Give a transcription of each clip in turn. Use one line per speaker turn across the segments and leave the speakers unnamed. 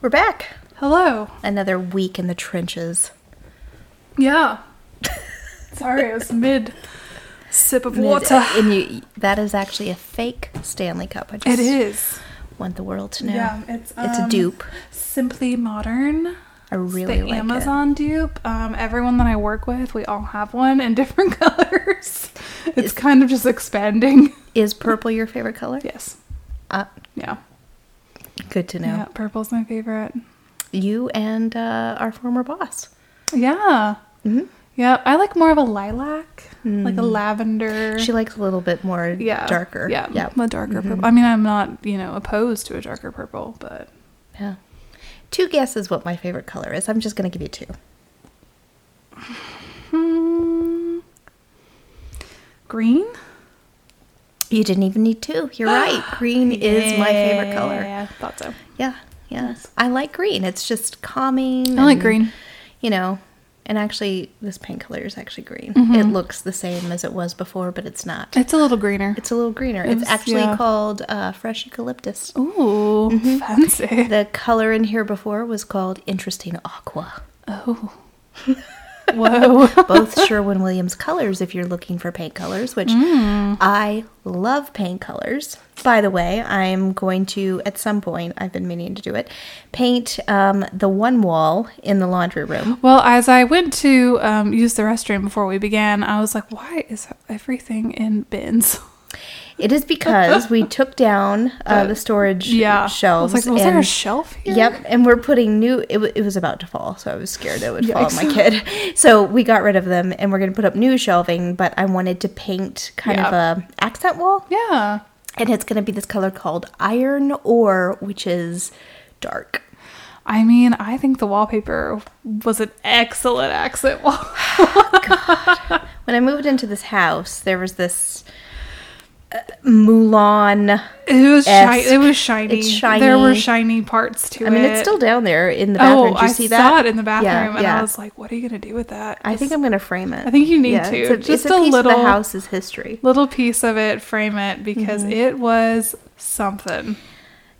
We're back.
Hello.
Another week in the trenches.
Yeah. Sorry, I was mid sip of water.
And you, that is actually a fake Stanley Cup. I just
It is.
want the world to know.
Yeah, it's
it's a
um,
dupe.
Simply modern.
I really
the
like
Amazon dupe. Um, everyone that I work with, we all have one in different colors. It's kind of just expanding.
it. Is purple your favorite color?
Yes.
Uh,
Yeah.
good to know.
Yeah. Purple's my favorite.
You and uh, our former boss.
Yeah.
Mhm.
Yeah. I like more of a lilac, like a
Mm.
lavender.
She likes a little bit more
yeah.
darker.
Yeah.
Yeah. Mm-hmm.
A darker purple. I mean, I'm not, you know, opposed to a darker purple, but
Yeah. Two guesses what my favorite color is. I'm just going to give you two.
Hmm. Green?
You didn't even need two. You're right. Green is my favorite color.
Yeah, thought so.
Yeah. Yeah. I like green. It's just calming.
I like
and,
green.
You know, and actually, this paint color is actually green. It looks the same as it was before, but it's not.
Mm-hmm. It's a little greener.
It's a little greener.
was-
it's actually
yeah.
called uh, fresh eucalyptus.
Ooh,
Mm-hmm.
fancy.
The color in here before was called interesting aqua.
Oh. Whoa.
Both Sherwin Williams colors, if you're looking for paint colors, which
Mm.
I love paint colors. By the way, I'm going to, at some point, I've been meaning to do it, paint um, the one wall in the laundry room.
Well, as I went to um, use the restroom before we began, I was like, why is everything in bins?
It is because we took down uh, the storage
Yeah.
shelves.
I was like, was there a
and-
shelf here?
Yep, and we're putting new. It, w- it was about to fall, so I was scared it would fall on my
Yikes.
kid. So we got rid of them, and we're going to put up new shelving. But I wanted to paint kind
Yeah.
of a accent wall,
Yeah.
and it's going to be this color called iron ore, which is dark.
I mean, I think the wallpaper was an excellent accent wall.
When I moved into this house, there was this uh, Mulan.
It was shiny.
Esque.
It was shiny.
It's shiny.
There were shiny parts to it.
I mean, it's still down there in the bathroom.
Oh,
Did you
I
see
saw
that?
it in the bathroom,
Yeah,
and
yeah.
I was like, "What are you gonna do with that?"
I think
Just
I'm going to frame it.
I think you need to.
It's a,
Just
it's a,
a
piece of
little-
the house's history.
little piece of it, frame it, because
Mm-hmm.
it was something.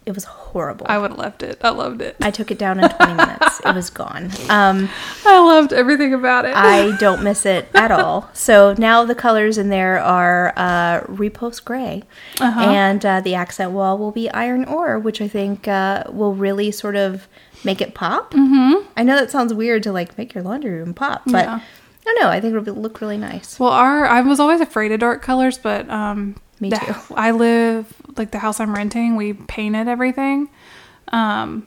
It was horrible.
I would have left it. I loved it.
I took it down in 20 minutes. It was gone. Um,
I loved everything about it.
I don't miss it at all. So now the colors in there are uh, repost gray,
Uh-huh.
and uh, the accent wall will be iron ore, which I think uh, will really sort of make it pop. Mm-hmm. I know that sounds weird to like make your laundry room pop, but
Yeah.
I don't know. I think it'll be, look really nice.
well, our I was always afraid of dark colors, but um,
Me
the-
too.
I live like the house I'm renting. We painted everything, um,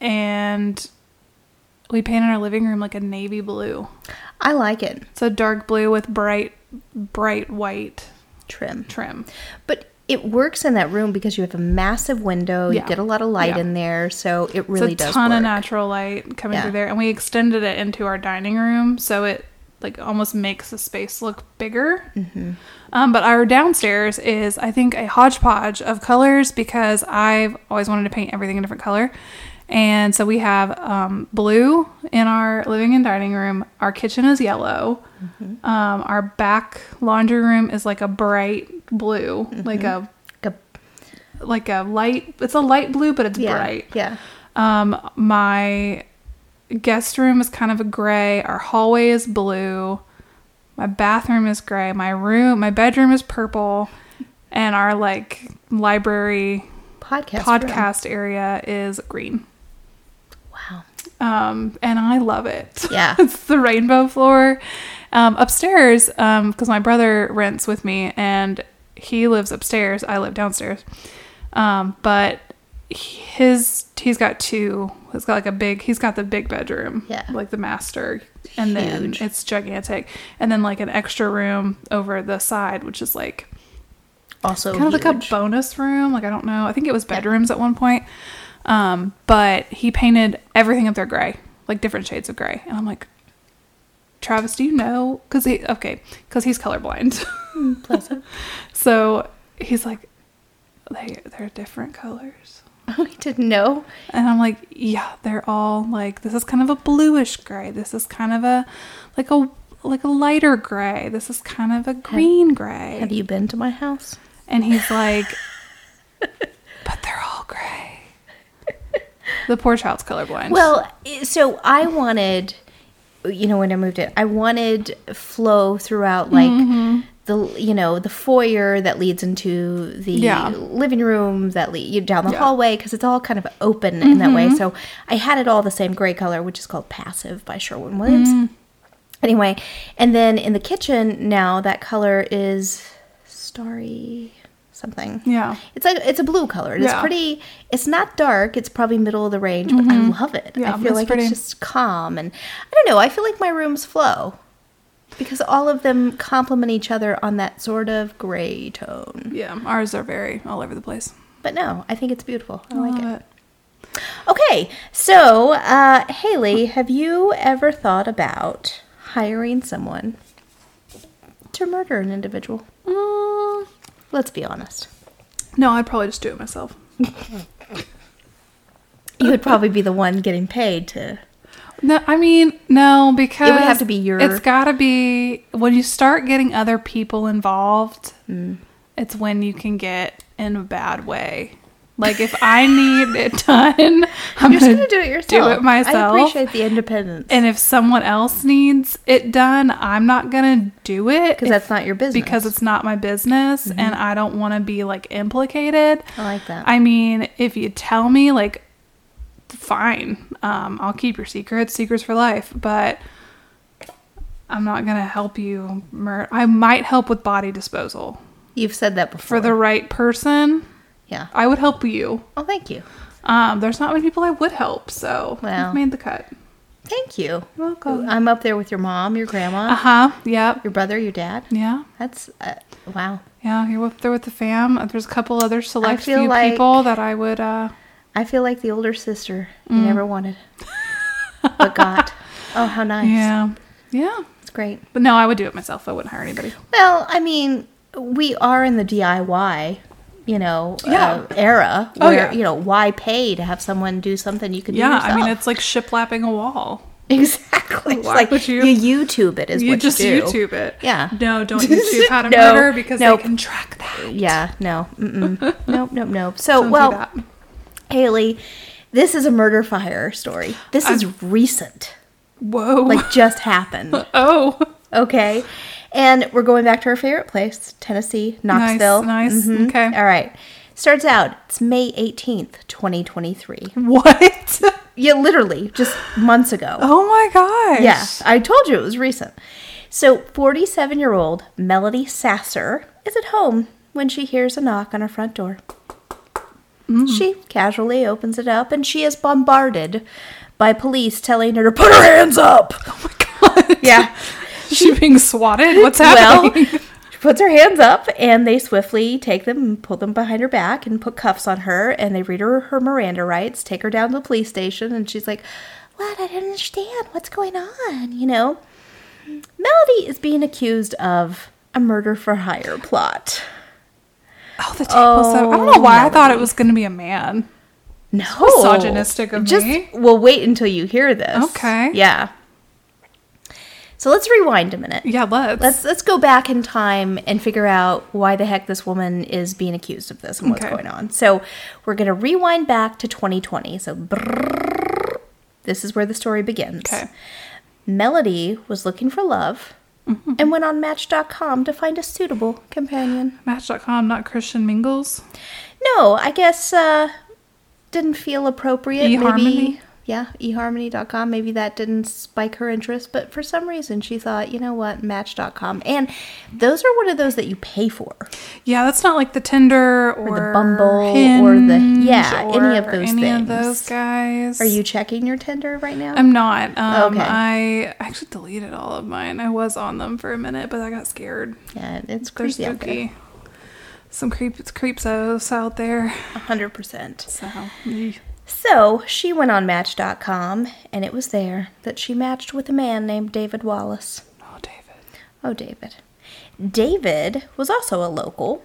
and we painted our living room like a navy blue.
I like it.
So dark blue with bright, bright white
Trim.
trim.
But it works in that room because you have a massive window.
Yeah.
You get a lot of light
Yeah.
in there, so it really
it's a
does
ton
work.
of natural light coming
Yeah.
through there, and we extended it into our dining room, so it like almost makes the space look bigger.
Mm-hmm.
Um, but our downstairs is, I think, a hodgepodge of colors because I've always wanted to paint everything a different color. And so we have um, blue in our living and dining room. Our kitchen is yellow.
Mm-hmm.
Um, our back laundry room is like a bright blue, like
Mm-hmm.
a
Like a-
like a light it's a light blue but it's
yeah,
bright
Yeah.
um my guest room is kind of a gray our hallway is blue my bathroom is gray my room my bedroom is purple and our like library
Podcast. room.
podcast area is green
Wow.
um, and I love it.
Yeah.
it's the rainbow floor. Um, upstairs, because my brother rents with me and he lives upstairs. I live downstairs. Um, but his he's got two. He's got like a big. He's got the big bedroom.
Yeah.
like the master, and then
Huge.
it's gigantic, and then like an extra room over the side, which is like
Also
kind of like
huge.
a bonus room. Like I don't know. I think it was bedrooms at one point. Um, but he painted everything up there gray. like different shades of gray. And I'm like, Travis, do you know? Because he okay, because he's colorblind.
Pleasant.
so he's like, they they're different colors.
I didn't know.
And I'm like, yeah, they're all like this is kind of a bluish gray. This is kind of a like a like a lighter gray. This is kind of a green gray.
Have you been to my house?
And he's like, but they're all gray. The poor child's colorblind.
Well, i- so I wanted, you know, when I moved in, I wanted flow throughout, like
Mm-hmm.
the you know the foyer that leads into the
Yeah.
living room that lead you down the
Yeah. Mm-hmm.
hallway because it's all kind of open in that way. So I had it all the same gray color, which is called Passive by Sherwin Williams.
Mm-hmm.
Anyway, and then in the kitchen now that color is starry something.
Yeah.
It's like it's a blue color. and It's
Yeah.
pretty it's not dark, it's probably middle of the range, but I love it.
Mm-hmm. Yeah,
I feel
it's
like
pretty.
it's just calm and I don't know, I feel like my rooms flow. Because all of them complement each other on that sort of gray tone.
yeah, ours are very all over the place. Uh,
But no, I think it's beautiful. I,
I
like
love
it.
it.
Okay, so uh, Haley, have you ever thought about hiring someone to murder an individual?
Mm,
Let's be honest.
no, I'd probably just do it myself.
You would probably be the one getting paid to.
No, I mean no, because
have to be your-
It's got to be when you start getting other people involved.
Mm.
It's when you can get in a bad way. Like if I need it done, I'm
You're just gonna do it yourself.
Do it myself.
I appreciate the independence.
and if someone else needs it done, I'm not gonna do it
'Cause that's not your business. Mm-hmm.
Because it's not my business, and I don't want to be like implicated.
I like that.
I mean, if you tell me, like, fine, um, I'll keep your secrets, secrets for life. But I'm not gonna help you. Mur- I might help with body disposal
You've said that before.
for the right person.
yeah.
I would help you.
Oh, thank you.
Um, there's not many people I would help, so
Wow.
I've made the cut.
Thank you.
Welcome.
I'm up there with your mom, your grandma,
Uh huh. Yep.
your brother, your dad.
Yeah.
That's uh, wow.
Yeah, you're up there with the fam. Uh, There's a couple other select
feel
few
like-
people that I would. uh
I feel like the older sister you
Mm.
never wanted, but got. Oh, how nice.
Yeah, yeah.
It's great.
But no, I would do it myself. I wouldn't hire anybody.
Well, I mean, we are in the DIY, you know,
Yeah.
uh, era
Oh,
where
yeah.
you know why pay to have someone do something you could
Yeah,
do
I
yourself.
mean it's like shiplapping a wall.
exactly. It's
Why
like
would you-
you YouTube it is
You
what
just
you do.
YouTube it.
Yeah.
No, don't YouTube how to
No,
murder because
nope.
they can track that.
Yeah, no, mm-mm. nope, nope, nope. So,
Don't do
Oh, well,
that.
Haley, this is a murder fire story. This is recent,
Whoa.
like just happened.
oh.
Okay, and we're going back to our favorite place, Tennessee, Knoxville.
Nice, nice.
Mhm.
Okay.
all right. Starts out. It's May eighteenth, twenty twenty-three.
What?
Yeah, literally, just months ago.
Oh my gosh.
Yeah, I told you it was recent. So, 47 year old Melody Sasser is at home when she hears a knock on her front door. She casually opens it up and she is bombarded by police telling her to put her hands up.
Oh my god.
Yeah.
Is she being swatted? What's happening?
Well, she puts her hands up and they swiftly take them and pull them behind her back and put cuffs on her and they read her her Miranda rights, take her down to the police station, and she's like, What? I don't understand. What's going on? You know? Melody is being accused of a murder for hire plot.
oh, the table's up. I don't know why I thought it was going to be a man.
No.
misogynistic of
Just,
me.
We'll wait until you hear this.
Okay.
Yeah. So let's rewind a minute.
Yeah, let's.
Let's let's go back in time and figure out why the heck this woman is being accused of this and what's
Okay.
going on. So we're gonna rewind back to 2020. So brrrr, this is where the story begins.
Okay.
Melody was looking for love
Mm-hmm.
and went on Match.com to find a suitable companion.
Match.com, not Christian Mingles.
No, I guess uh, didn't feel appropriate.
eHarmony?
Maybe yeah, eharmony.com. Maybe that didn't spike her interest, but for some reason she thought, you know what, Match.com, and those are one of those that you pay for.
Yeah, that's not like the Tinder or,
the Bumble or the-
Hinge
yeah, any of
or
those
any of
things.
those guys.
Are you checking your Tinder right now?
I'm not. Um,
Okay.
I actually deleted all of mine. I was on them for a minute, but I got scared.
yeah, it's
They're
creepy. out there.
spooky. Some creep creepsos out there.
A hundred percent.
So eh.
So she went on Match.com, and it was there that she matched with a man named David Wallace.
Oh, David.
Oh, David. David was also a local,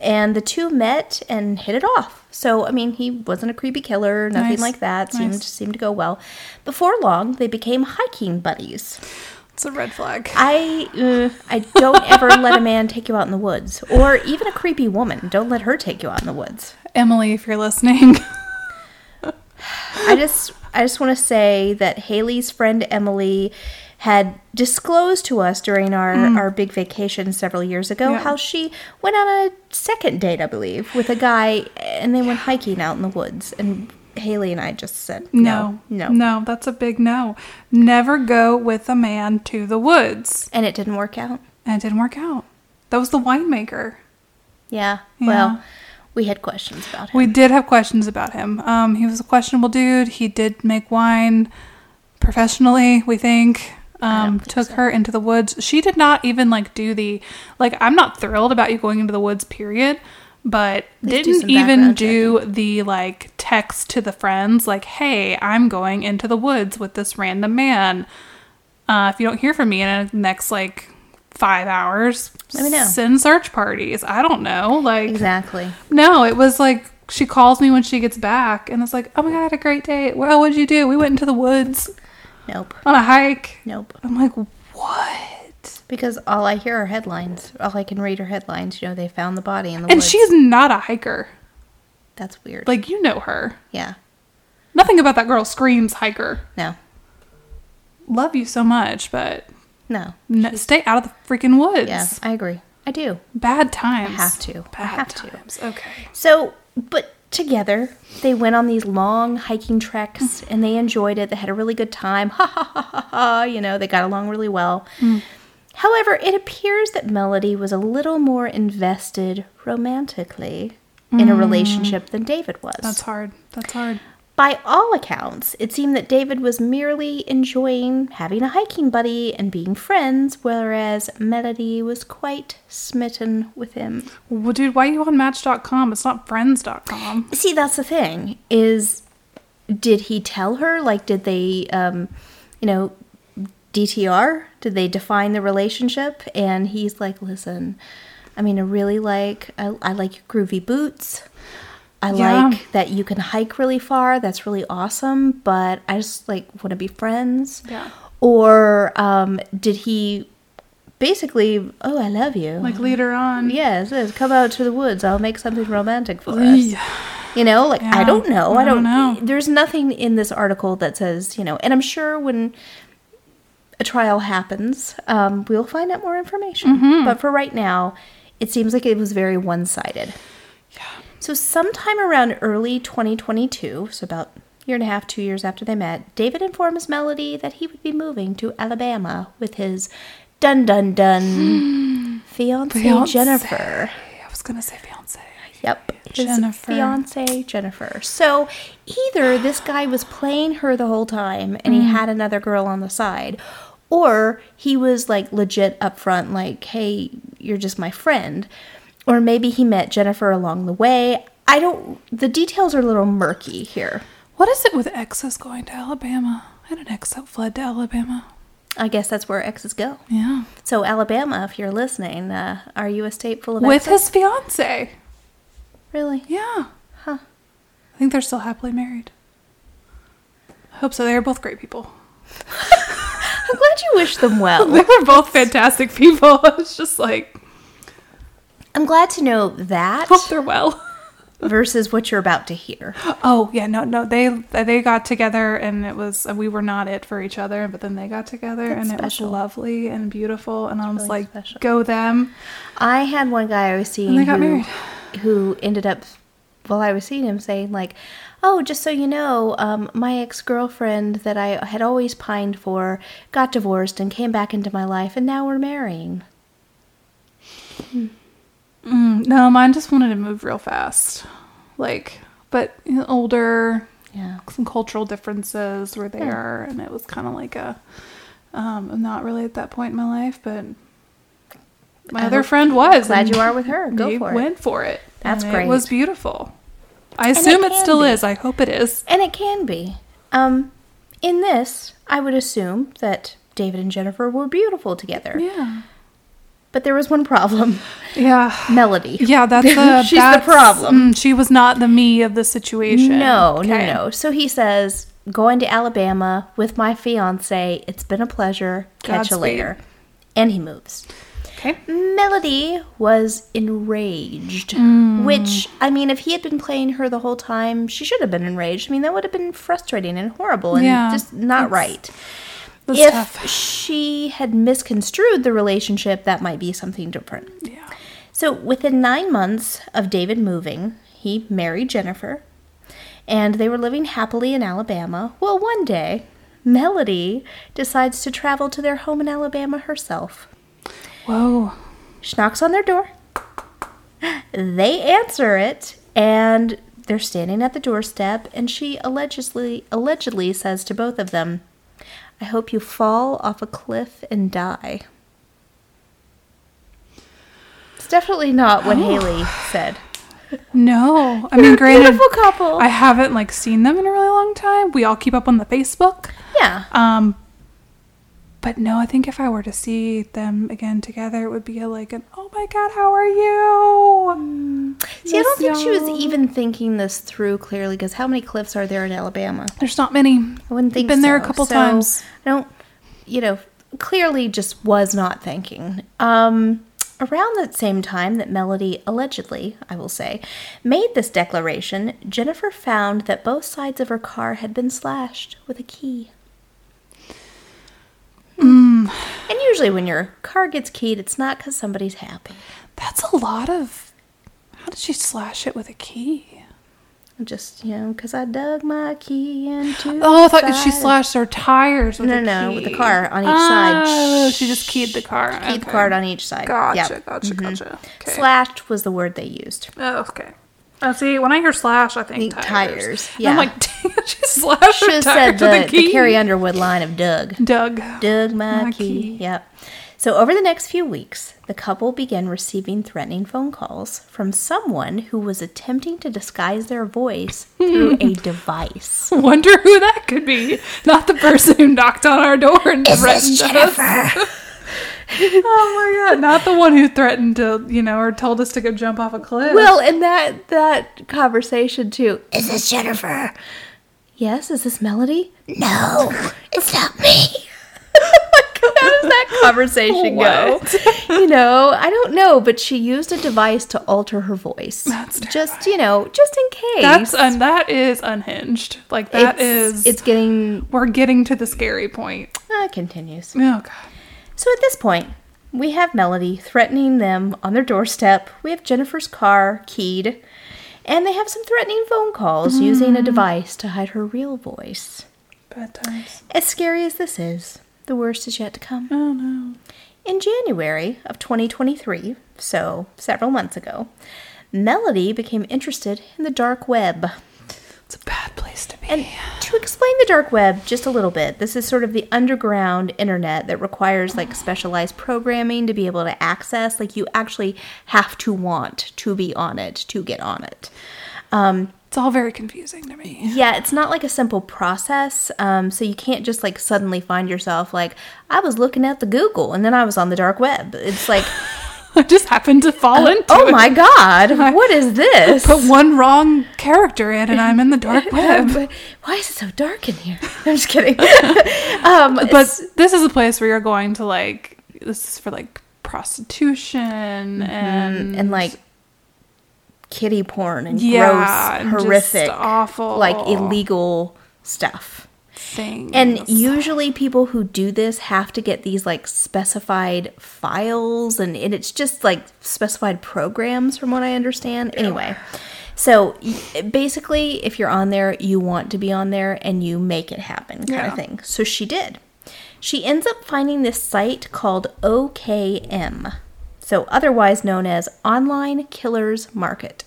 and the two met and hit it off. So, I mean, he wasn't a creepy killer, nothing
Nice.
like that. Seemed
Nice.
seemed to go well. Before long, they became hiking buddies.
It's a red flag.
I uh, I don't ever let a man take you out in the woods, or even a creepy woman. Don't let her take you out in the woods.
Emily, if you're listening.
I just I just want to say that Haley's friend Emily had disclosed to us during our, our big vacation several years ago
Mm. Yeah.
how she went on a second date, I believe, with a guy and they went hiking out in the woods and Haley and I just said
No,
no.
No, that's a big no. Never go with a man to the woods.
And it didn't work out.
And it didn't work out. That was the winemaker.
Yeah.
Yeah.
Well, we had questions about him.
We did have questions about him. Um, he was a questionable dude. He did make wine professionally, we think. Um, took her into the woods. She did not even like do the like. I'm not thrilled about you going into the woods, period. But
least do
didn't
some
even
background
do the like text to the friends like, "Hey, I'm going into the woods with this random man. Uh, if you don't hear from me in the next like five hours,
Let me know."
Send search parties. I don't know. Like
exactly.
no, it was like she calls me when she gets back, and it's like, oh my god, I had a great day. Well, what'd you do? We went into the woods
Nope.
on a hike.
Nope.
I'm like, what?
Because all I hear are headlines. All I can read are headlines. You know, they found the body in the
And
woods.
she's not a hiker.
that's weird.
Like you know her.
yeah.
Nothing about that girl screams hiker.
No.
Love you so much, but
No.
n- stay out of the freaking woods.
Yeah, I agree. I do.
Bad times.
have to. I
Bad
have to.
times. Okay.
So, but together they went on these long hiking
Mm.
treks and they enjoyed it. They had a really good time. Ha ha ha ha ha. You know, they got along really well.
Mm.
However, it appears that Melody was a little more invested romantically in a relationship than David was.
Mm. That's hard. That's hard.
By all accounts, it seemed that David was merely enjoying having a hiking buddy and being friends, whereas Melody was quite smitten with him.
Well, dude, why are you on Match.com? It's not Friends.com.
See, that's the thing is, did he tell her? Like, did they, um, you know, DTR? Did they define the relationship? And he's like, listen, I mean, I really like, I, I like your groovy boots. I
Yeah.
like that you can hike really far. That's really awesome. But I just like want to be friends.
Yeah.
Or um, did he basically, oh, I love you.
Like later on.
yes, yes, come out to the woods. I'll make something romantic for us.
Yeah.
You know, like I
Yeah,
don't know. I
I
don't,
don't know.
There's nothing in this article that says, you know, and I'm sure when a trial happens, um, we'll find out more information.
Mm-hmm.
But for right now, it seems like it was very one sided. So, sometime around early 2022, so about a year and a half, two years after they met, David informs Melody that he would be moving to Alabama with his dun dun dun fiance
Fiancé.
Jennifer.
I was gonna say fiance.
Yep. His
Jennifer.
fiance Jennifer. So either this guy was playing her the whole time and
Mm-hmm.
he had another girl on the side, or he was like legit upfront, like, hey, you're just my friend. Or maybe he met Jennifer along the way. I don't, the details are a little murky here.
What is it with exes going to Alabama? I had an ex that fled to Alabama.
I guess that's where exes go.
Yeah.
So, Alabama, if you're listening, uh, are you a state full of
With
exes?
his fiance.
Really?
Yeah.
Huh.
I think they're still happily married. I hope so. They are both great people.
I'm glad you wish them well.
They were both fantastic people. It's just like,
I'm glad to know that.
hope they're well.
versus what you're about to hear.
Oh yeah, no, no. They they got together and it was we were not it for each other, but then they got together
That's
and it
special.
was lovely and beautiful. And I was
really
like,
special.
go them.
I had one guy I was seeing
And they got
who,
married.
who ended up, well, I was seeing him saying, like, oh, just so you know, um, my ex girlfriend that I had always pined for got divorced and came back into my life, and now we're marrying.
Mm, no, mine just wanted to move real fast. Like, but you know, older,
Yeah.
some cultural differences were there, and it was kind of like a, um, I'm not really at that point in my life, but my
I
other
hope-
friend was.
glad
and
you are with her. Go
they
for it.
Went for it.
That's
and
great.
It was beautiful. I assume
it
it
can
still
be.
is. I hope it is.
And it can be. Um, in this, I would assume that David and Jennifer were beautiful together.
Yeah.
But there was one problem
Yeah.
Melody.
Yeah, that's a,
She's
that's-
the problem.
mm, she was not the me of the situation.
No,
Okay.
no, no. So he says, going to Alabama with my fiance. It's been a pleasure. Catch you
Godspeed.
later. And he moves.
Okay.
Melody was enraged,
Mm.
which, I mean, if he had been playing her the whole time, she should have been enraged. I mean, that would have been frustrating and horrible and
Yeah,
just not right.
That's
if
tough.
she had misconstrued the relationship, that might be something different.
Yeah.
So, within nine months of David moving, he married Jennifer, and they were living happily in Alabama. Well, one day, Melody decides to travel to their home in Alabama herself.
Whoa.
She knocks on their door. They answer it, and they're standing at the doorstep, and she allegedly allegedly says to both of them, I hope you fall off a cliff and die. It's definitely not what Haley said.
No. I mean, granted,
beautiful couple.
I haven't like seen them in a really long time. We all keep up on the Facebook.
yeah.
Um, but no, I think if I were to see them again together, it would be like an "Oh my God, how are you?"
See, I don't think
Miss
she was
y'all.
even thinking this through clearly because how many cliffs are there in Alabama?
There's not many.
I wouldn't think
Been there a
so.
couple
So,
times.
I don't, you know, clearly just was not thinking. Um, around that same time that Melody allegedly, I will say, made this declaration, Jennifer found that both sides of her car had been slashed with a key.
Hmm.
And usually, when your car gets keyed, it's not because somebody's happy.
That's a lot of. How did she slash it with a key?
Just you know, because I dug my key into.
Oh,
the
I thought she
side of-
slashed her tires with
No,
a
no,
key.
with the car on each side.
Oh, she just keyed the car.
Key
Okay.
card on each side.
Gotcha,
Yep. Mm-hmm.
gotcha, gotcha. Okay.
Slashed was the word they used.
Oh, okay. Oh, see, when I hear slash, I
Think
think tires.
tires,
And I'm
yeah.
like, dang, she slashed her
Should have
tires
said
with
the,
a key.
the Carrie Underwood line of Doug.
Doug.
Doug my,
My
key.
key.
Yep. So over the next few weeks, the couple began receiving threatening phone calls from someone who was attempting to disguise their voice through a device.
Wonder who that could be. Not the person who knocked on our door and threatened us. oh my god! Not the one who threatened to, you know, or told us to go jump off a cliff.
Well, and that that conversation too. Is this Jennifer? Yes. Is this Melody? No, it's not me. How does that conversation go? You know, I don't know, but she used a device to alter her voice.
That's
just you know, just in case.
that's un- that is unhinged. Like that
it's,
is-
It's getting
we're getting to the scary point.
uh, continues.
Oh god.
So at this point, we have Melody threatening them on their doorstep. We have Jennifer's car keyed, and they have some threatening phone calls using a device to hide her real voice.
Bad times.
As scary as this is, the worst is yet to come.
Oh no.
In January of 2023, so several months ago, Melody became interested in the dark web.
It's a bad place to be.
And to explain the dark web just a little bit, this is sort of the underground internet that requires like specialized programming to be able to access. Like you actually have to want to be on it to get on it. Um,
it's all very confusing to me.
yeah, it's not like a simple process. Um, so you can't just like suddenly find yourself like, I was looking at the Google and then I was on the dark web. It's like,
I just happened to fall into
oh
it.
my God, what is this?
Put one wrong character in, and I'm in the dark web.
Why is it so dark in here? I'm just kidding. um,
but this is a place where you're going to like this is for like prostitution
Mm-hmm.
and
and like kitty porn and
Yeah, and
gross,
just
horrific,
awful.
like illegal stuff.
things
And usually people who do this have to get these like specified files and, and it's just like specified programs from what I understand. Anyway, so y- basically if you're on there, you want to be on there and you make it happen kind
Yeah.
of thing. So she did. She ends up finding this site called OKM. So otherwise known as Online Killers Market.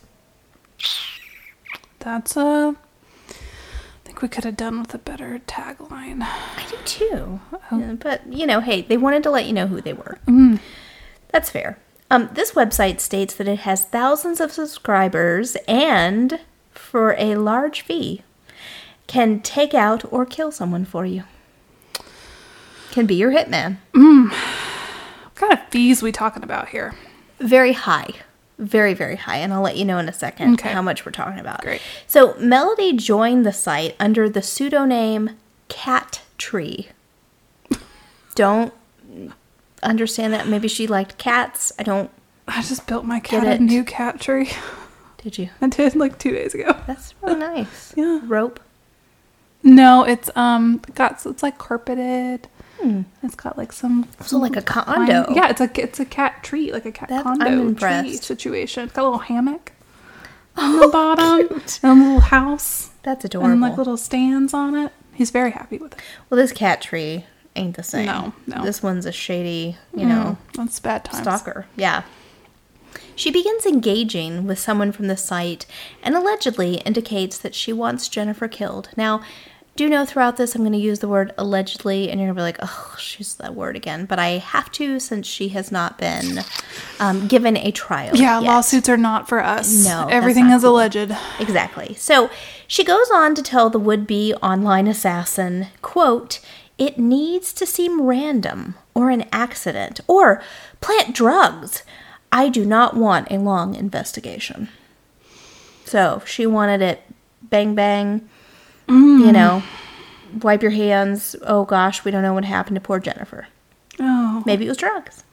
that's a. I think we could have done with a better tagline.
I do too. Yeah, But, you know, hey, they wanted to let you know who they were. That's fair. Um, this website states that it has thousands of subscribers and for a large fee can take out or kill someone for you. Can be your hitman.
What kind of fees we talking about here?
very high very very high and i'll let you know in a second
Okay.
how much we're talking about
Great.
so melody joined the site under the pseudonym cat tree don't understand that maybe she liked cats i don't
I just built my cat
it.
a new cat tree.
did you
I did like two days ago.
that's really nice
Yeah.
rope
No, it's um got it's like carpeted. It's got like some
Hmm. so like a
pine-
condo
Yeah, it's a it's a cat tree, like a cat
That- I'm
condo tree
impressed.
situation. It's got a little hammock on the bottom and a little house
that's
and
adorable
like little stands on it. He's very happy with it.
well this cat tree ain't the same
No, no. Mm-hmm.
this one's a shady you know
Mm, That's bad times.
Stalker, yeah. She begins engaging with someone from the site and allegedly indicates that she wants Jennifer killed. Now, do know throughout this I'm going to use the word allegedly, and you're going to be like, oh, she's that word again. But I have to since she has not been um, given a trial.
Yeah,
yet.
lawsuits are not for us.
No, that's
everything
not
is
cool.
alleged.
Exactly. So she goes on to tell the would-be online assassin, quote, it needs to seem random or an accident or plant drugs. I do not want a long investigation. So she wanted it bang bang, you know, wipe your hands. Oh gosh, we don't know what happened to poor Jennifer.
Oh,
Maybe it was drugs.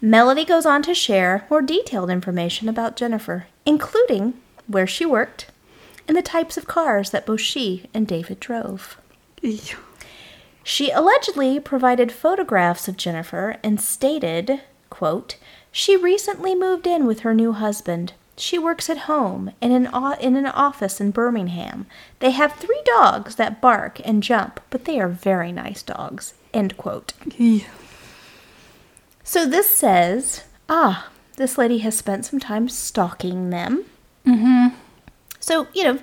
Melody goes on to share more detailed information about Jennifer, including where she worked and the types of cars that both she and David drove.
Ew.
She allegedly provided photographs of Jennifer and stated, quote, "She recently moved in with her new husband. She works at home in an o- in an office in Birmingham. They have three dogs that bark and jump, but they are very nice dogs." End quote.
Ew.
So this says, ah, this lady has spent some time stalking them. Mm-hmm. So you know,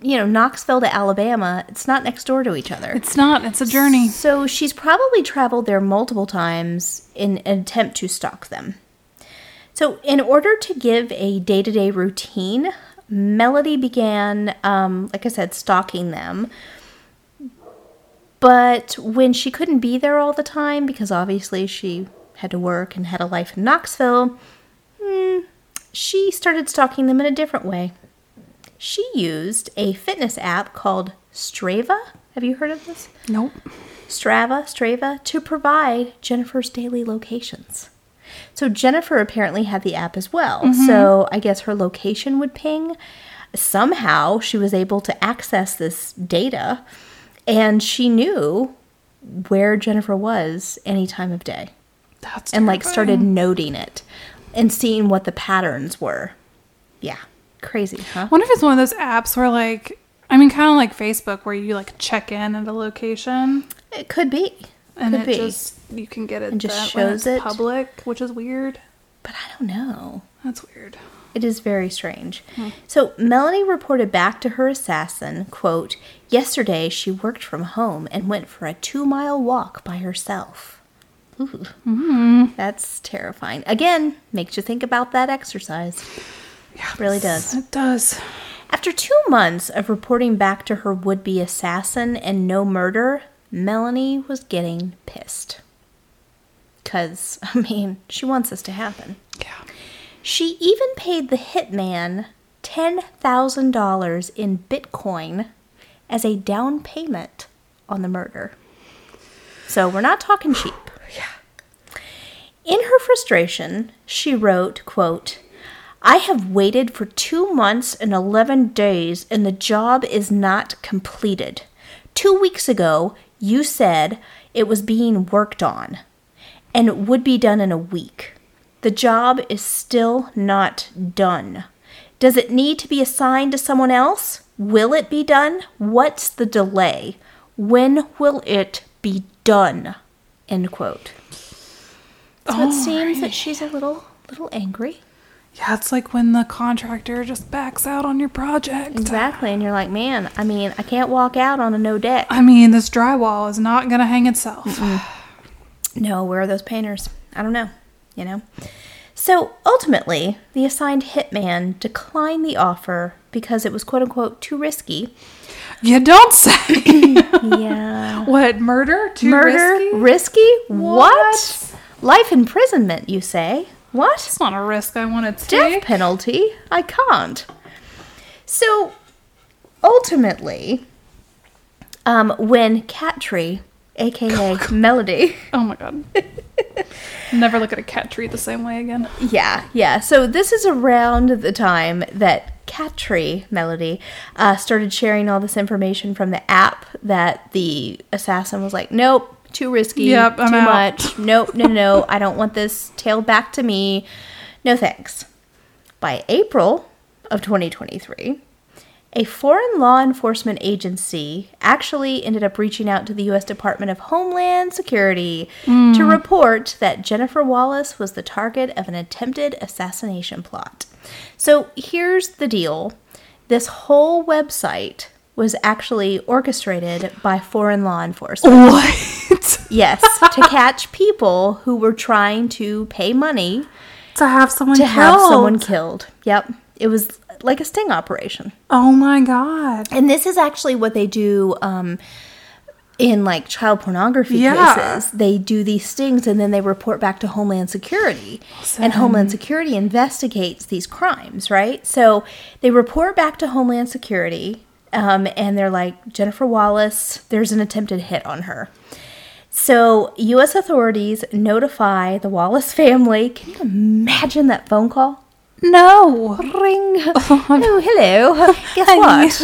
you know, Knoxville to Alabama, it's not next door to each other.
it's not. It's a journey.
So she's probably traveled there multiple times in an attempt to stalk them. So, in order to give a day to day routine, Melody began, um, like I said, stalking them. But when she couldn't be there all the time, because obviously she had to work and had a life in Knoxville, hmm, she started stalking them in a different way. She used a fitness app called Strava. Have you heard of this?
Nope.
Strava, Strava to provide Jennifer's daily locations. So Jennifer apparently had the app as well.
Mm-hmm.
So I guess her location would ping. Somehow she was able to access this data and she knew where Jennifer was any time of day
That's
and like started
terrifying.
noting it and seeing what the patterns were. Yeah. Crazy, huh?
wonder if it's one of those apps where like I mean, kind of like Facebook, where you like check in at a location
It could be.
and
could
it
be.
just you can get it
And just
that way,
shows
it's
it.
public, which is weird.
but I don't know.
That's weird.
It is very strange. So Melanie reported back to her assassin, quote, Yesterday she worked from home and went for a two mile walk by herself. Ooh. That's terrifying. Again, makes you think about that exercise.
Yeah,
Really
it's-
does.
It does.
After two months of reporting back to her would be assassin and no murder, Melanie was getting pissed. Because, I mean, she wants this to happen.
Yeah.
She even paid the hitman $10,000 in Bitcoin as a down payment on the murder. So we're not talking cheap. In her frustration, she wrote, quote, I have waited for two months and 11 days and the job is not completed. Two weeks ago, you said it was being worked on and it would be done in a week. The job is still not done. Does it need to be assigned to someone else? Will it be done? What's the delay? When will it be done? End quote. So it seems that she's a little little angry.
Yeah, it's like when the contractor just backs out on your project.
Exactly. And you're like, man, I mean, I can't walk out on a no deck.
I mean, this drywall is not going to hang itself.
No, where are those painters? I don't know, you know? So ultimately, the assigned hitman declined the offer because it was quote unquote too risky.
You don't say.
Yeah.
what murder? Too
Murder? Risky?
risky?
What?
What?
Life imprisonment, you say? What?
It's not a risk I want to
Death
take.
penalty? I can't. So ultimately, um, when Catree, aka Melody,
Oh my god. Never look at a cat tree the same way again.
Yeah, yeah. So this is around the time that Catree Melody uh, started sharing all this information from the app that the assassin was like, nope, too risky,
Yep,
too
I'm out."
much, nope, no, no, no, I don't want this tailed back to me, no thanks. By April of 2023, a foreign law enforcement agency actually ended up reaching out to the U.S. Department of Homeland Security to report that Jennifer Wallace was the target of an attempted assassination plot. So here's the deal this whole website was actually orchestrated by foreign law enforcement.
What?
Yes, to catch people who were trying to pay money
to have someone
to have
killed.
someone killed. Yep. It was like a sting operation.
Oh my god.
And this is actually what they do um, in like child pornography
Yeah.
cases. They do these stings and then they report back to Homeland Security. And Homeland Security investigates these crimes, right? So they report back to Homeland Security um, and they're like, Jennifer Wallace, there's an attempted hit on her. So U.S. authorities notify the Wallace family. Can you imagine that phone call?
No.
Ring. Oh, hello. Guess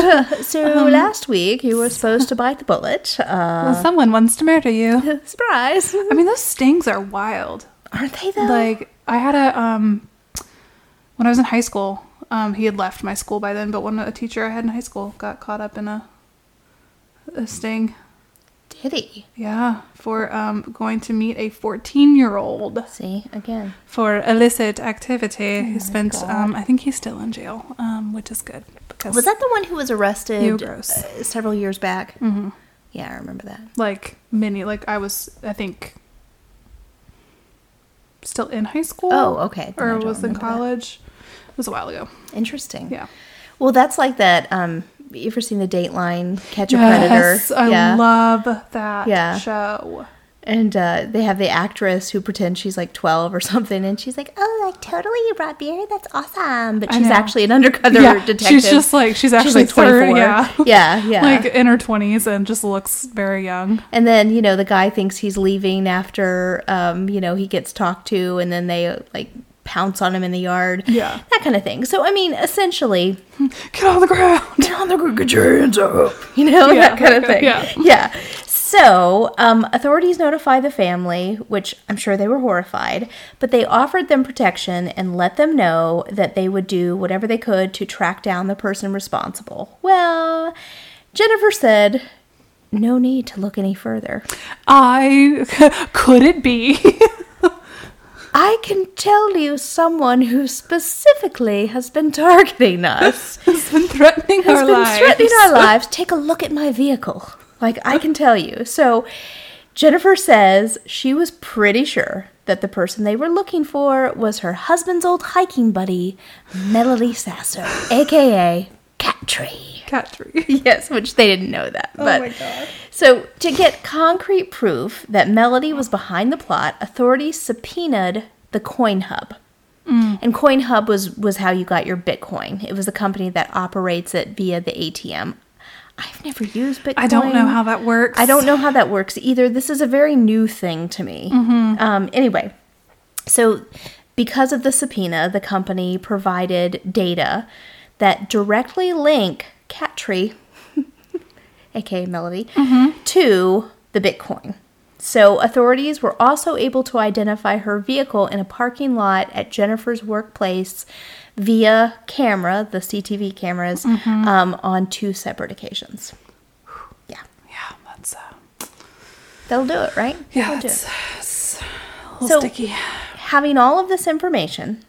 what? so
Um,
last week you were supposed to bite the bullet. Uh,
someone wants to murder you.
surprise.
I mean, those stings are wild.
Aren't they though?
like I had a um when I was in high school, um he had left my school by then, but one a teacher I had in high school got caught up in a a sting.
Titty.
Yeah, for um going to meet a 14-year-old
See again.
for illicit
Oh
activity. He spent um I think he's still in jail, um which is good because
Was that the one who was arrested
Ew, gross. Mm.
uh, several years back? Mm-hmm. Yeah, I remember that.
like many like I was I think still in high school.
Oh, okay. Then I
Or
don't
was in
remember that.
college. It was a while ago.
Interesting.
Yeah.
Well, that's like that. Um, you ever seen the Dateline Catch a
Yes,
Predator?
I
yeah.
love that
Yeah.
show.
And uh, they have the actress who pretends she's like 12 or something, and she's like, "Oh, like totally, you brought beer. That's awesome." But
I
she's
know.
actually an undercover
Yeah,
detective.
She's just like she's actually
like, 24.
30, yeah.
Yeah, yeah.
Like in her twenties and just looks very young.
and then you know the guy thinks he's leaving after um, you know he gets talked to, and then they like pounce on him in the yard.
Yeah.
that kind of thing. So I mean, essentially,
Get on the ground.
on the ground, get your hands up. You know,
Yeah,
that kind of thing.
yeah.
Yeah. So, um, authorities notify the family, which I'm sure they were horrified, but they offered them protection and let them know that they would do whatever they could to track down the person responsible. Well, Jennifer said, no need to look any further.
I could it be?
I can tell you someone who specifically has been targeting us.
Has been threatening
has
our
been
lives.
threatening our lives. Take a look at my vehicle. Like I can tell you. So Jennifer says she was pretty sure that the person they were looking for was her husband's old hiking buddy, Melody Sasser, aka Cat Tree.
Cat tree.
Yes, which they didn't know that. But
Oh my God.
so to get concrete proof that Melody was behind the plot, authorities subpoenaed the Coin Hub.
Mm.
And Coin Hub was was how you got your Bitcoin. It was the company that operates it via the ATM. I've never used Bitcoin.
I don't know how that works.
I don't know how that works either. This is a very new thing to me. Um, anyway, so because of the subpoena, the company provided data that directly link Catree, aka Melody, to the Bitcoin. So authorities were also able to identify her vehicle in a parking lot at Jennifer's workplace via camera, the CTV cameras, um, on two separate occasions. Yeah.
Yeah, that's uh,
That'll do it, right?
yeah,
That'll do
it's,
it.
it's a little
So-
sticky.
Having all of this information,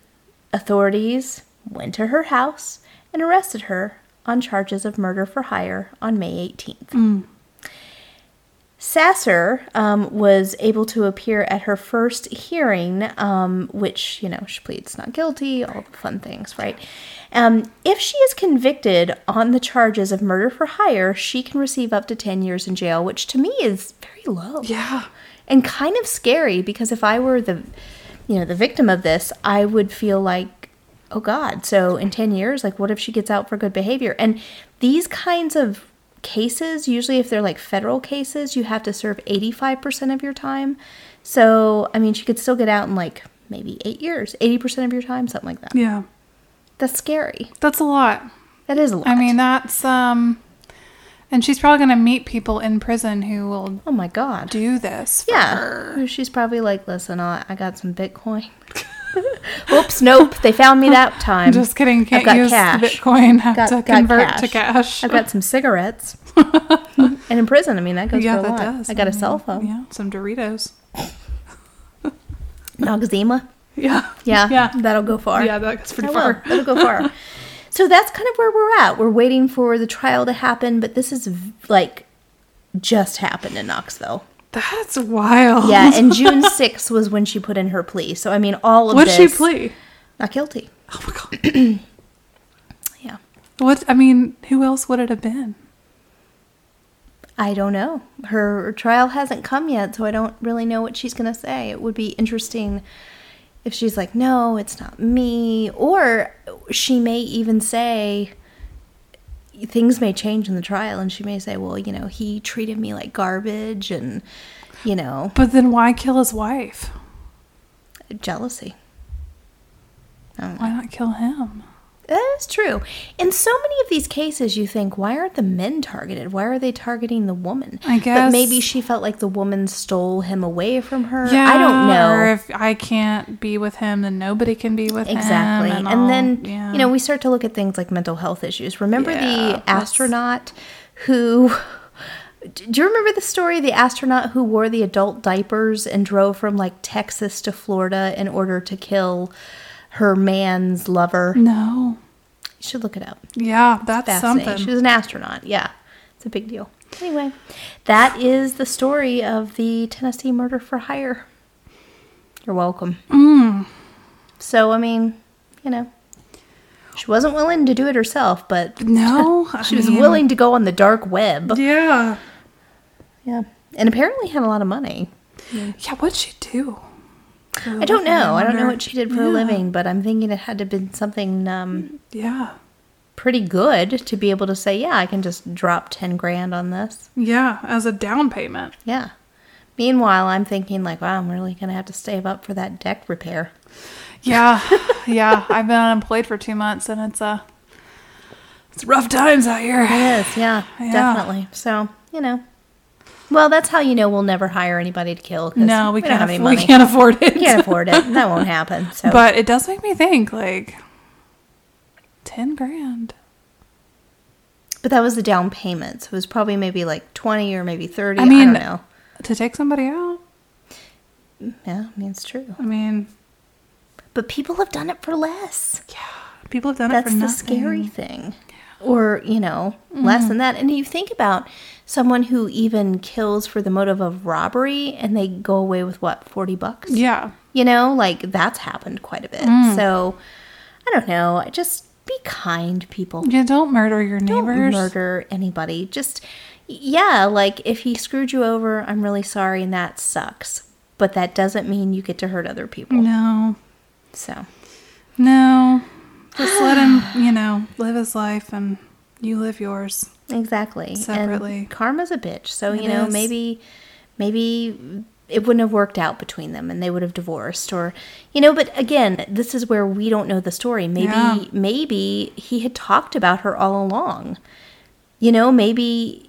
authorities went to her house and arrested
Mm.
her on charges of murder for hire on May 18th. Sasser um, was able to appear at her first hearing, um, which, you know, she pleads not guilty, all the fun things, right? Um, if she is convicted on the charges of murder for hire, she can receive up to 10 years in jail, which to me is very low.
Yeah.
And kind of scary because if I were the, you know, the victim of this, I would feel like, oh God, so in 10 years, like, what if she gets out for good behavior? And these kinds of cases, usually if they're like federal cases, you have to serve 85% of your time. So, I mean, she could still get out in like maybe eight years, 80% of your time, something like that.
Yeah.
That's scary.
That's a lot.
That is a lot.
I mean, that's um and she's probably going to meet people in prison who will
oh my God.
do this. for
yeah.
her.
She's probably like, listen, I I got some Bitcoin. Oops, nope. They found me that time.
Just kidding. Can't
got
use
cash.
Bitcoin. Have
Got-
to
got
convert to cash.
I've got some cigarettes. and in prison, I mean, that goes
yeah,
for a
that
lot.
does.
I got a
mean,
cell phone.
Yeah, some Doritos.
Noxzema.
Yeah.
Yeah,
Yeah.
that'll go far.
Yeah, that gets pretty
That will.
far.
That'll go far. so that's kind of where we're at. We're waiting for the trial to happen, but this is v- like just happened in Knoxville.
That's wild.
Yeah, and June 6th was when she put in her plea. So I mean, all of
What'd she
this-
plea?
Not guilty.
Oh my god.
Yeah,
What I mean, who else would it have been?
I don't know. Her trial hasn't come yet, so I don't really know what she's gonna say. It would be interesting if she's like, "No, it's not me," or she may even say, things may change in the trial and she may say well you know he treated me like garbage and you know
But then why kill his wife?
jealousy
Why not kill him?
that's true in so many of these cases you think why aren't the men targeted why are they targeting the woman
I
but
guess-
maybe she felt like the woman stole him away from her i don't know
Or if I can't be with him, then nobody can be with
Exactly.
him.
And,
all-
then,
yeah.
you know, we start to look at things like mental health issues. Remember
Yeah,
the
that's-
astronaut who. Do you remember the story? The astronaut who wore the adult diapers and drove from like Texas to Florida in order to kill her man's lover? You
No.
should look it up.
Yeah, that's
Fascinating.
something.
She was an astronaut. Yeah. It's a big deal. Anyway, that is the story of the Tennessee murder for hire. You're welcome.
Mm.
So, I mean, you know, she wasn't willing to do it herself, but
no. I
she was
mean,
willing to go on the dark web.
Yeah.
Yeah. And apparently had a lot of money.
Yeah, what'd she do?
I don't know. I don't know
wonder-
what she did for a
Yeah.
living, but I'm thinking it had to have been something um,
Yeah.
pretty good to be able to say, yeah, I can just drop 10 grand on this.
Yeah, as a down payment.
Yeah. Meanwhile, I'm thinking like, wow, I'm really gonna have to save up for that deck repair.
Yeah, yeah. I've been unemployed for two months, and it's uh, it's rough times out here.
Yes, yeah,
Yeah.
definitely. So you know, well, that's how you know we'll never hire anybody to kill. 'cause
No, we,
don't
can't.
have any
aff-
money.
We can't afford it.
We can't afford it. That won't happen. So,
But it does make me think, like, ten grand.
but that was the down payment. So it was probably maybe like twenty or maybe thirty. I,
I mean-
don't know.
to take somebody out.
Yeah, I mean it's true.
I mean,
But people have done it for less.
people have done it
That's
for
the
nothing. Mm.
scary thing. Or, you know, less than that. And you think about someone who even kills for the motive of robbery and they go away with what, 40 bucks?
Yeah, Mm.
You know, like that's happened quite a bit. So I don't know. Just be kind, people.
yeah. Don't murder your
Don't
neighbors.
murder anybody. Just, yeah, like if he screwed you over, I'm really sorry and that sucks. But that doesn't mean you get to hurt other people.
No,
So.
no. Just let him, you know, live his life, and you live yours.
Exactly.
Separately.
And karma's a bitch. So,
It
you know,
is.
maybe maybe it wouldn't have worked out between them and they would have divorced or you know, but again, this is where we don't know the story. Maybe
Yeah.
maybe he had talked about her all along. You know, maybe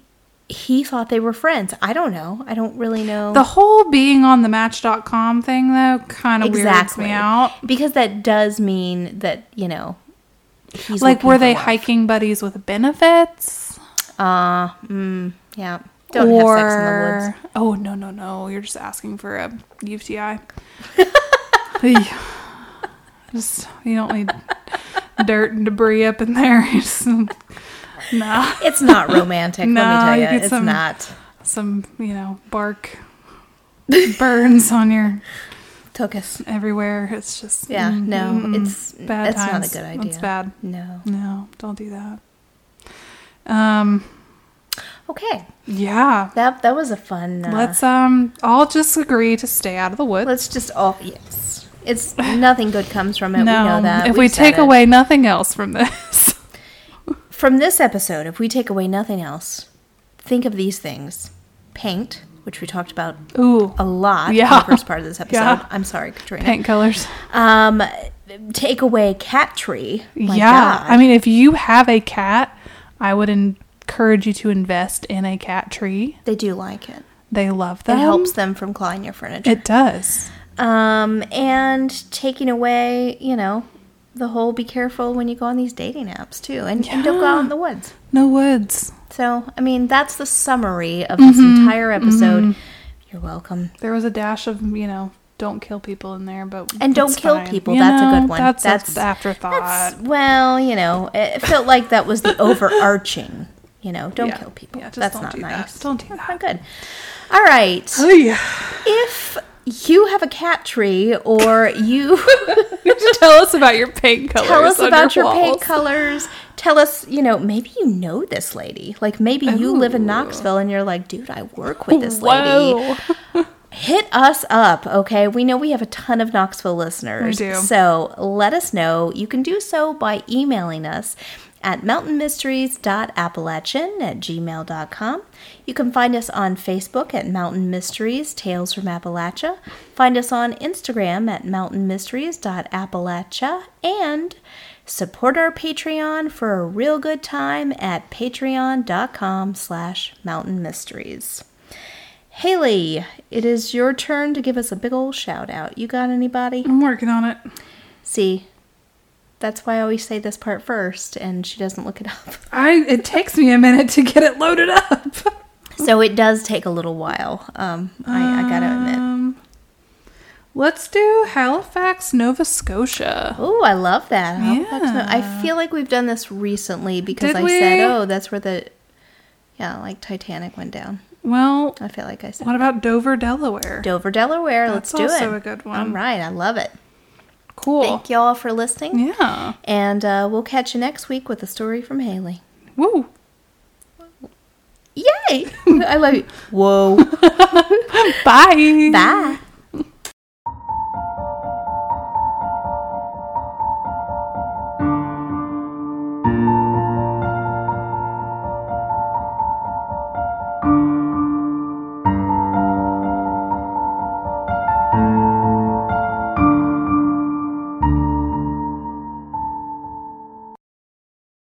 he thought they were friends. I don't know. I don't really know.
The whole being on the Match.com thing, though, kind of weirds me out.
Because that does mean that, you know, he's
like
looking
were
for
they
love.
hiking buddies with benefits
Uh, mm, yeah. Don't have sex in the woods.
oh no no no you're just asking for a uti Eey. just you don't need dirt and debris up in there Just- nah
It's not romantic, let me
No,
tell
you
you.
get
it's
some-
not.
some, you know, bark burns on your
Took us.
everywhere. It's just
Yeah,
mm,
no,
mm, mm,
it's-
bad
that's not a
times.
good
It's
idea.
bad.
No.
No, don't do that. Um,
Okay.
yeah.
That that was a fun. Uh,
Let's um all just agree to stay out of the woods.
let's just all yes. It's nothing good comes from it.
no,
we know that.
if
We've
we
said
take
it.
away nothing else from this,
from this episode, if we take away nothing else, think of these things: paint, which we talked about
ooh,
a lot in
Yeah.
the first part of this episode.
Yeah.
I'm sorry, Katrina.
paint colors.
Um, take away cat tree. Oh My
yeah,
God.
I mean, if you have a cat, I would encourage you to invest in a cat tree.
they do like it.
They love them.
It helps them from clawing your furniture.
It does.
um, and taking away, you know, the whole be careful when you go on these dating apps too, and, and don't go out in the woods.
No woods.
So, I mean, that's the summary of this
Mm-hmm.
entire episode. You're welcome.
There was a dash of you know, don't kill people in there, but
And don't
it's
kill
fine.
people.
You
that's a
know,
good one.
That's
that's
an afterthought.
that's- well, you know, it felt like that was the overarching. You know, don't
Yeah.
kill people.
Yeah, just
that's
don't
not
do that.
nice.
Don't do
That's not good. All right.
Oh yeah.
If you have a cat tree or you
Tell us about your paint colors.
tell us
on
about your, paint
walls.
colors, tell us, you know, maybe you know this lady. Like maybe you live in
Ooh.
Knoxville and you're like, dude, I work with this lady.
Whoa.
Hit us up, okay? We know we have a ton of Knoxville listeners.
We do.
So let us know. You can do so by emailing us at mountainmysteries.appalachian at gmail.com. You can find us on Facebook at Mountain Mysteries Tales from Appalachia. Find us on Instagram at mountainmysteries.appalachia and support our Patreon for a real good time at patreon.com slash mountain mysteries. Haley, it is your turn to give us a big old shout out. You got anybody?
I'm working on it.
See, that's why I always say this part first, and she doesn't look it up.
I it takes me a minute to get it loaded up.
So it does take a little while. Um, I, I gotta admit.
Um, let's do Halifax, Nova Scotia.
Oh, I love that. Halifax, no- I
yeah.
feel like we've done this recently because
Did
I said,
we?
"Oh, that's where the yeah, like Titanic went down."
Well,
I feel like I said
what about Dover, Delaware?
Dover, Delaware.
That's
Let's do it. Um,
also a good one.
All right, I love it.
cool.
Thank you all for listening,
Yeah.
and uh, we'll catch you next week with a story from Haley.
Woo.
Yay! I love you. Whoa.
Bye.
Bye.